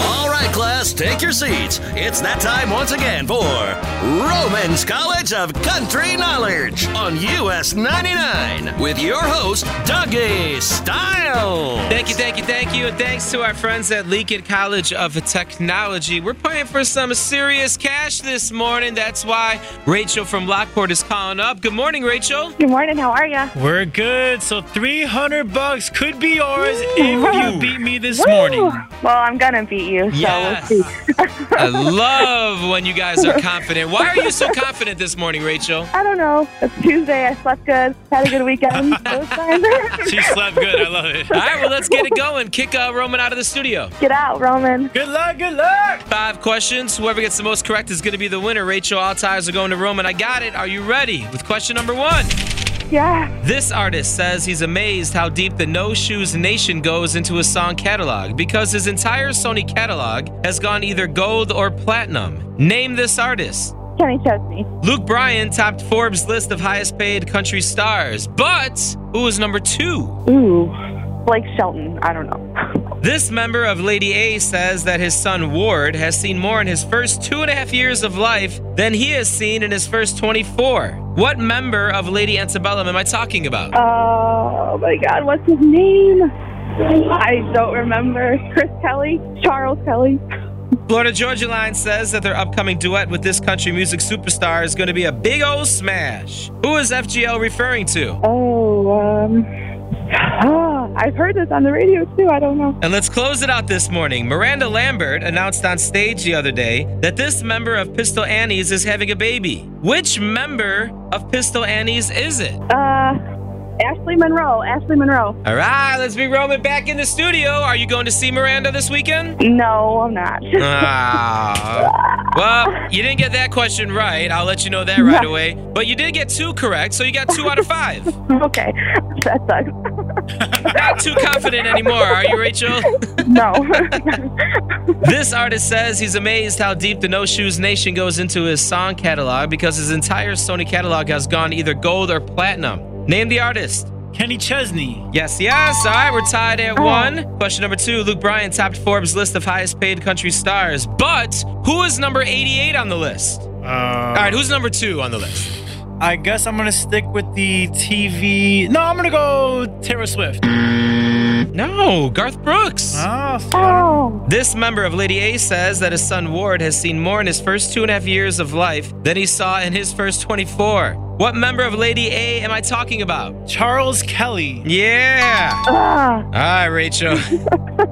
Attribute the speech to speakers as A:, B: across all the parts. A: All right, class, take your seats. It's that time once again for Roman's College of Country Knowledge on US 99 with your host, Dougie Styles.
B: Thank you, thank you, thank you, and thanks to our friends at Lincoln College of Technology. We're playing for some serious cash this morning. That's why Rachel from Lockport is calling up. Good morning, Rachel.
C: Good morning. How are you?
D: We're good. So 300 bucks could be yours if you beat me this morning.
C: Well, I'm gonna beat you. So
B: Yes.
C: we'll see.
B: I love when you guys are confident. Why are you so confident this morning, Rachel?
C: I don't know. It's Tuesday. I slept good. Had a good weekend. It was fun.
D: She slept good. I love it.
B: All right, well, let's get it going. Kick uh, Roman out of the studio.
C: Get out, Roman.
D: Good luck. Good luck.
B: Five questions. Whoever gets the most correct is going to be the winner. Rachel, all ties are going to Roman. I got it. Are you ready? With question number one.
C: Yeah.
B: This artist says he's amazed how deep the No Shoes Nation goes into his song catalog because his entire Sony catalog has gone either gold or platinum. Name this artist.
C: Kenny Chesney.
B: Luke Bryan topped Forbes' list of highest paid country stars, but who was number two?
C: Ooh. Blake Shelton. I don't know.
B: This member of Lady A says that his son Ward has seen more in his first two and a half years of life than he has seen in his first 24. What member of Lady Antebellum am I talking about?
C: Oh my God. What's his name? I don't remember. Chris Kelly. Charles Kelly.
B: Florida Georgia Line says that their upcoming duet with this country music superstar is going to be a big old smash. Who is FGL referring to?
C: Oh. Um. ah, I've heard this on the radio too. I don't know.
B: And let's close it out this morning. Miranda Lambert announced on stage the other day that this member of Pistol Annie's is having a baby. Which member of Pistol Annie's is it?
C: Uh. Ashley Monroe. Ashley Monroe.
B: All right, let's be Roman back in the studio. Are you going to see Miranda this weekend?
C: No, I'm not.
B: Ah. well, you didn't get that question right. I'll let you know that right away. But you did get two correct, so you got two out of five.
C: okay. That sucks.
B: Not too confident anymore, are you, Rachel?
C: no.
B: this artist says he's amazed how deep the No Shoes Nation goes into his song catalog because his entire Sony catalog has gone either gold or platinum. Name the artist.
D: Kenny Chesney.
B: Yes, yes. All right, we're tied at one. Question number two Luke Bryan topped Forbes' list of highest paid country stars, but who is number 88 on the list?
D: Uh,
B: All right, who's number two on the list?
D: I guess I'm gonna stick with the TV. No, I'm gonna go Taylor Swift.
B: No, Garth Brooks.
D: Oh,
C: oh.
B: This member of Lady A says that his son Ward has seen more in his first two and a half years of life than he saw in his first 24. What member of Lady A am I talking about?
D: Charles Kelly.
B: Yeah!
C: Ah.
B: All right, Rachel.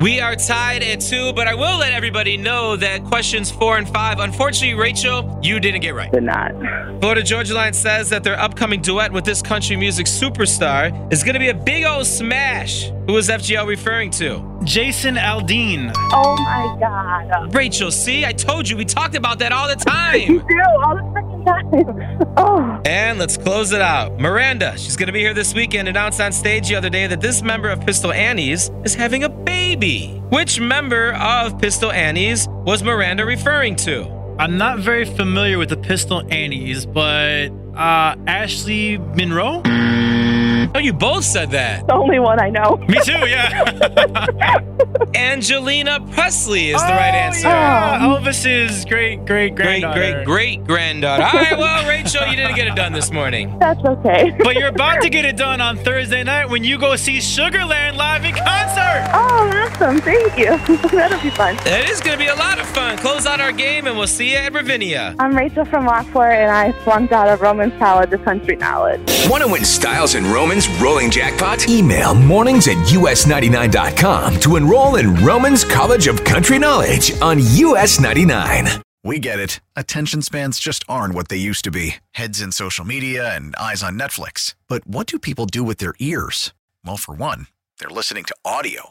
B: we are tied at two, but I will let everybody know that questions four and five, unfortunately, Rachel, you didn't get right.
C: Did not.
B: Florida Georgia Line says that their upcoming duet with this country music superstar is going to be a big old smash. Who is FGL referring to?
D: Jason Aldean.
C: Oh my god.
B: Rachel, see, I told you, we talked about that all the
C: You
B: time.
C: do all the freaking time. Oh.
B: And let's close it out. Miranda, she's going to be here this weekend, announced on stage the other day that this member of Pistol Annie's is having a baby. Which member of Pistol Annie's was Miranda referring to?
D: I'm not very familiar with the Pistol Annies, but uh, Ashley Monroe.
B: Oh, you both said that.
C: The only one I know.
D: Me too. Yeah.
B: Angelina Presley is the right answer.
D: Oh, Yeah, Elvis is great, great,
B: Great,
D: great,
B: great, great granddaughter. All right, well, Rachel, you didn't get it done this morning.
C: That's okay.
D: But you're about to get it done on Thursday night when you go see Sugarland live in concert.
C: Oh, awesome. Thank you. That'll be fun.
B: It is going to be a lot of fun. Close out our game, and we'll see you at Ravinia.
C: I'm Rachel from Lockport, and I flunked out of Roman's College of Country Knowledge.
E: Want to win Styles and Roman's rolling jackpot? Email mornings at us99.com to enroll in Roman's College of Country Knowledge on US 99.
F: We get it. Attention spans just aren't what they used to be heads in social media and eyes on Netflix. But what do people do with their ears? Well, for one, they're listening to audio.